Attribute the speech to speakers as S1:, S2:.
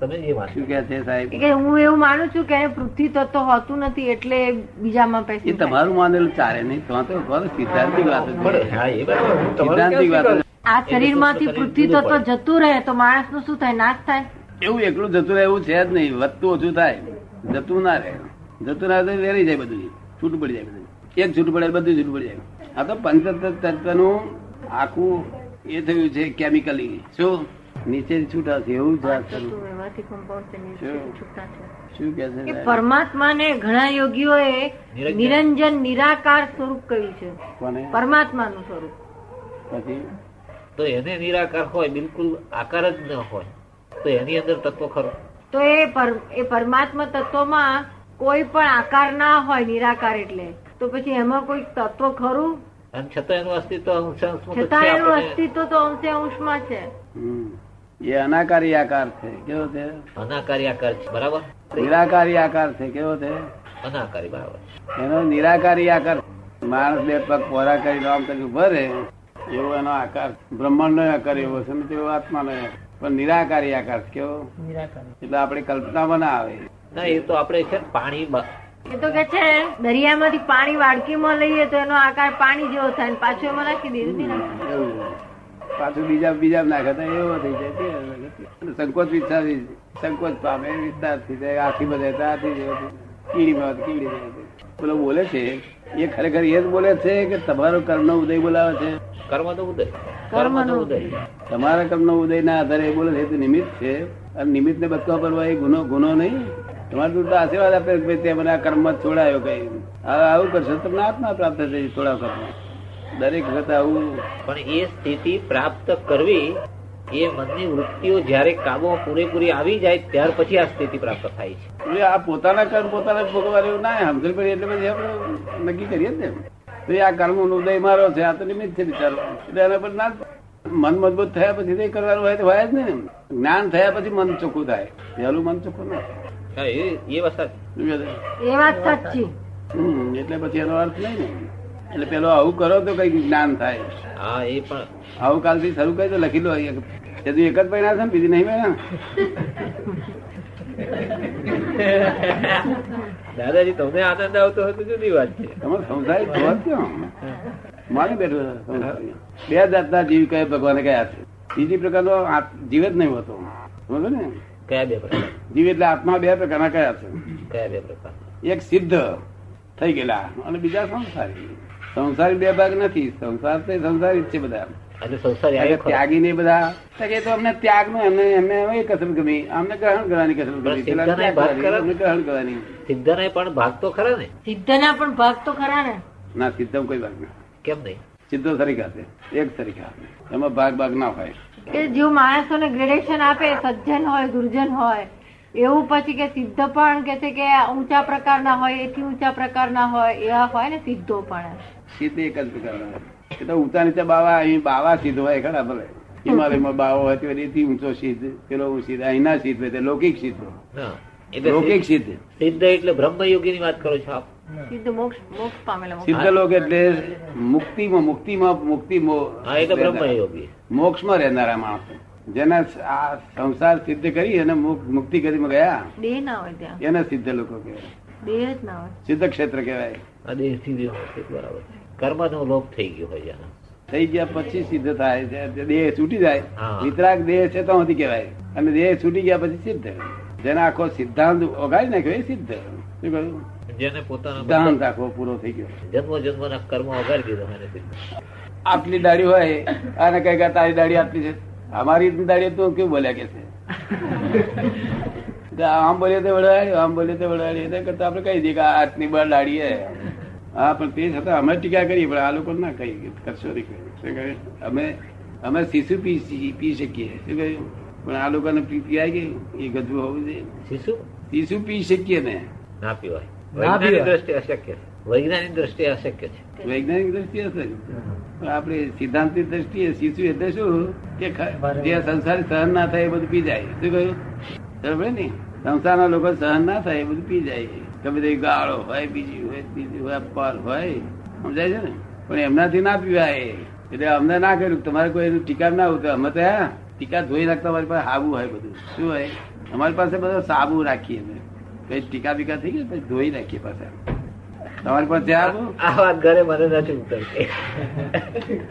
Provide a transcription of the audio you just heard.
S1: તમે એ વાત
S2: શું કે છે સાહેબ
S3: કે હું એવું માનું છું કે પૃથ્વી તત્વ હોતું નથી એટલે બીજામાં
S2: એ
S3: પેસી થાય.
S2: તમારું માનેલું ચાલે નહીં તો તો બહુ સિદ્ધાંતિક વાત
S1: પણ હા એ બરાબર હું તમારું
S2: સિદ્ધાંતિક
S1: ક્યાં
S2: વાત.
S3: આ શરીરમાંથી પૃથ્વી તત્વ જતું રહે તો માણસનું શું થાય નાશ થાય
S2: એવું એકલું જતું રહે એવું છે જ નહીં વધતું ઓછું થાય જતું ના રહે જતું ના રહે તો વેરી જાય બધું છૂટ પડી જાય બધું એક છૂટ પડે બધું છૂટ પડી જાય આ તો પંચતત્વ તત્વનું આખું એ થયું છે કેમિકલી શું નીચે છૂટ આવશે એવું જ વાત કરું
S3: તો એમાંથી compound છે, નીચે
S2: શું?
S3: છૂટા છે.
S2: શું કે છે
S3: કે
S2: સાહેબ?
S3: પરમાત્માને ઘણા યોગીઓએ
S1: નિરંજન.
S3: નિરંજન નિરાકાર સ્વરૂપ કહ્યું છે
S2: કોને
S3: પરમાત્માનું સ્વરૂપ
S2: પછી
S1: કરી. તો એને નિરાકાર હોય બિલકુલ આકાર જ ન હોય તો એની અંદર તત્વ ખરો
S3: તો એ પર- એ પરમાત્મા તત્વમાં કોઈ પણ આકાર ના હોય નિરાકાર એટલે તો પછી એમાં કોઈ તત્વ ખરું
S1: અને છતાં એનું અસ્તિત્વ અંશાંશમાં તો છે
S3: છતાં એનું
S1: આપણને.
S3: અસ્તિત્વ તો અંશે અંશમાં છે
S2: હમ. એ અનાકારી આકાર છે કેવો છે
S1: અનાકારી આકાર છે બરાબર
S2: નિરાકારી આકાર છે કેવો છે
S1: અનાકારી બરાબર
S2: એનો નિરાકારી આકાર માણસ બે પગ પોરા કરી આમ કરી ઉભો રહે એવો એનો આકાર બ્રહ્માંડનો આકાર એવો છે ને તેવો આત્માનો આકાર. પણ નિરાકારી આકાર છે કેવો એટલે આપણે કલ્પનામાં ના આવે
S1: ના એ તો આપણે છે ને પાણી બ-
S3: એ તો કે છે દરિયામાંથી પાણી વાડકીમાં લઈએ તો એનો આકાર પાણી જેવો થાય અને પાછું એમાં નાખી દઈએ નથી નાખતા.
S2: એવું. પાછું બીજા બીજા નાખે તો એવો થઈ જાય તે એવો થઈ જાય. અને સંકોચ વિસ્તાર સંકોચ પામે વિસ્તાર થઈ જાય આથી બધે તો આથી જેવો થઈ જાય. કીડીમાં તો કીડી જેવો થઈ જાય. પેલો બોલે છે એ ખરેખર એ જ બોલે છે કે તમારો કર્મનો ઉદય બોલાવે છે
S1: કર્મનો ઉદય
S3: કર્મનો
S1: કર્મનો
S3: ઉદય.
S1: ઉદય
S2: તમારા કર્મનો ઉદય ના આધારે એ બોલે છે એ તો નિમિત્ત છે અને નિમિત્ત ને બચવા પડવા એ ગુનો ગુનો નહીં તમારે તો આશીર્વાદ આપે કે ભાઈ તે મને આ કર્મ છોડાયો કઈ હવે આવું કરશો તો તમને આત્મા પ્રાપ્ત થઈ થોડા કર્મ દરેક વખત આવું
S1: પણ એ સ્થિતિ પ્રાપ્ત કરવી એ મનની વૃત્તિઓ જ્યારે કાબુમાં પૂરેપૂરી આવી જાય ત્યાર પછી આ સ્થિતિ પ્રાપ્ત થાય છે
S2: એટલે આ પોતાના કર્મ પોતાને જ ભોગવવા એવું ના સમજણ પડી એટલે પછી આપણે નક્કી કરીએ જ ને તો એ આ કર્મ ઉદય મારો છે આ તો નિમિત્ત છે બિચારો એટલે એના પર ના જ મન મજબૂત થયા પછી તે કરવાનું હોય તો હોય જ નહીં ને જ્ઞાન થયા પછી મન ચોખ્ખું થાય પહેલું મન ચોખ્ખું ના થાય.
S1: હા, એ એ વાત સાચી.
S2: શું કહે છે?
S3: એ વાત સાચી
S2: હમ, એટલે પછી એનો અર્થ નહીં ને એટલે પેલો આવું કરો તો કઈ જ્ઞાન થાય
S1: હા એ પણ
S2: આવું કાલથી શરૂ કરી તો લખી લો અહીંયા. એ તો એક જ પરિણામ છે ને બીજી નહીં પરિણામ
S1: દાદાજી તમને આનંદ આવતો હતો જુદી વાત છે
S2: તમે સંસારી છો જ ક્યાં? માની બેઠો છો સંસારી. બે જાતના જીવ કયા ભગવાને કયા છે બીજી પ્રકારનો આ- જીવ જ નહીં હોતો સમજો ને
S1: કયા બે પ્રકાર
S2: જીવ એટલે આત્મા બે પ્રકારના કયા છે
S1: કયા બે પ્રકાર
S2: એક સિદ્ધ થઈ ગયેલા અને બીજા સંસારી સંસારી બે ભાગ નથી સંસાર તે સંસારી જ છે બધા
S1: અને સંસારી
S2: ત્યારે
S1: આવ્યો ખરો.
S2: ત્યાગી ને બધા તો કે એ તો અમને ત્યાગ નું એમને એમને એ કસરત ગમી અમને ગ્રહણ કરવાની કસરત ગમી
S1: બસ
S2: પેલા
S1: સિદ્ધાંત
S2: ત્યાગ
S1: વાત કરો.
S2: કરવાની, અમને ગ્રહણ કરવાની
S1: સિદ્ધને પણ ભાગ તો ખરા ને
S3: સિદ્ધના પણ ભાગ તો ખરા ને
S2: ના સિદ્ધમ કોઈ ભાગ ના
S1: કેમ નહીં
S2: સિદ્ધો સરીખા છે એક સરીખા એમાં ભાગ ભાગ ના હોય
S3: કે જો માણસોને ગ્રેડેશન આપે સજ્જન હોય ગુરુજન હોય એવું પછી કે સિદ્ધ પણ કે છે કે ઊંચા પ્રકારના હોય એથી ઊંચા પ્રકારના હોય એવા હોય ને સિદ્ધો પણ
S2: સિદ્ધ એક જ પ્રકારનો હોય. એ તો ઊંચા નીચે બાવા અહીં બાવા સિદ્ધ હોય ખરા ભલે હિમાલયમાં બાવો હોય તો એથી ઊંચો સિદ્ધ પેલો સિદ્ધ અહીંના સિદ્ધ હોય તે લૌકિક સિદ્ધ
S1: ના
S2: લૌકિક
S1: એટલે
S2: સિદ્ધ
S1: સિદ્ધ એટલે બ્રહ્મયોગી ની વાત કરો છો આપ
S3: સિદ્ધ મોક્ષ મોક્ષ પામેલા મોક્ષ.
S2: સિદ્ધ લોક એટલે મુક્તિમાં મુક્તિમાં મુક્તિ મો-
S1: હા એટલે બ્રહ્મયોગી
S2: મોક્ષમાં રહેનારા માણસો જેને આ સંસાર સિદ્ધ કરી અને મુક- મુક્તિ કરી ગયા
S3: દેહ ના હોય ત્યાં
S2: એને સિદ્ધ લોકો કહેવાય
S3: દેહ જ ના હોય
S2: સિદ્ધ ક્ષેત્ર કહેવાય
S1: આ દેહથી દેહ હોય, બરાબર કર્મનો લોપ થઈ ગયો હોય આનો.
S2: થઈ ગયા પછી સિદ્ધ થાય છે જે દેહ છૂટી જાય
S1: હા.
S2: વિતરાગ દેહ છે તો સુધી કહેવાય અને દેહ છૂટી ગયા પછી સિદ્ધ જેને આખો સિદ્ધાંત ઓગાળી નાખ્યો એ સિદ્ધ શું કહ્યું
S1: જેને પોતાના
S2: સિદ્ધાંત આખો પૂરો થઈ ગયો
S1: જન્મ જન્મના કર્મ વગાડી દીધો એને સિદ્ધ
S2: આટલી દાઢી હોય અને કઈ કે તારી દાઢી આટલી છે અમારી દાઢી તું કેવું બોલ્યા કે છે એટલે આમ બોલીએ તો વડાડી આમ બોલીએ તો વડાડી એના કરતા આપણે કહી દઈએ કે આ આટલી બાર દાઢી છે હા પણ તે છતાં અમે ટીકા કરીએ પણ આ લોકો ના કહી કરશો નહીં કહ્યું. શું કહ્યું? અમે અમે શીશુ પી શી- પી શકીએ શું કહ્યું પણ આ લોકોને પી પીવાય ગયું એ ગધું હોવું જોઈએ
S1: શિશુ
S2: શીશુ પી શકીએ ને
S1: ના પીવાય
S4: ના
S1: વૈજ્ઞાનિક
S4: પીવાય.
S1: દ્રષ્ટિએ અશક્ય છે વૈજ્ઞાનિક દ્રષ્ટિએ અશક્ય છે
S2: વૈજ્ઞાનિક દ્રષ્ટિએ હશે પણ આપણે સિદ્ધાંતિક દ્રષ્ટિએ શીશુ એટલે શું કે ખ- જે સંસારી સહન ના થાય એ બધું પી જાય શું કહ્યું બરાબર ને સંસારના લોકો સહન ના થાય એ બધું પી જાય ગમે તે ગાળો હોય બીજી હોય ત્રીજી હોય અપવાદ હોય સમજાય છે ને પણ એમનાથી ના પીવાય એટલે અમને ના કર્યું તમારે કોઈ એનું ટીકા ના ઉતરે અમે તો હા, ટીકા ધોઈ નાખતા મારી પાસે હાબુ હોય બધું શું હોય અમારી પાસે બધો સાબુ રાખીએ અમે કઈ ટીકા બીકા થઈ ગઈ પછી ધોઈ નાખીએ પાછા તમારી પાસે આવું
S1: આ વાત ઘરે મને નથી ઉતરતી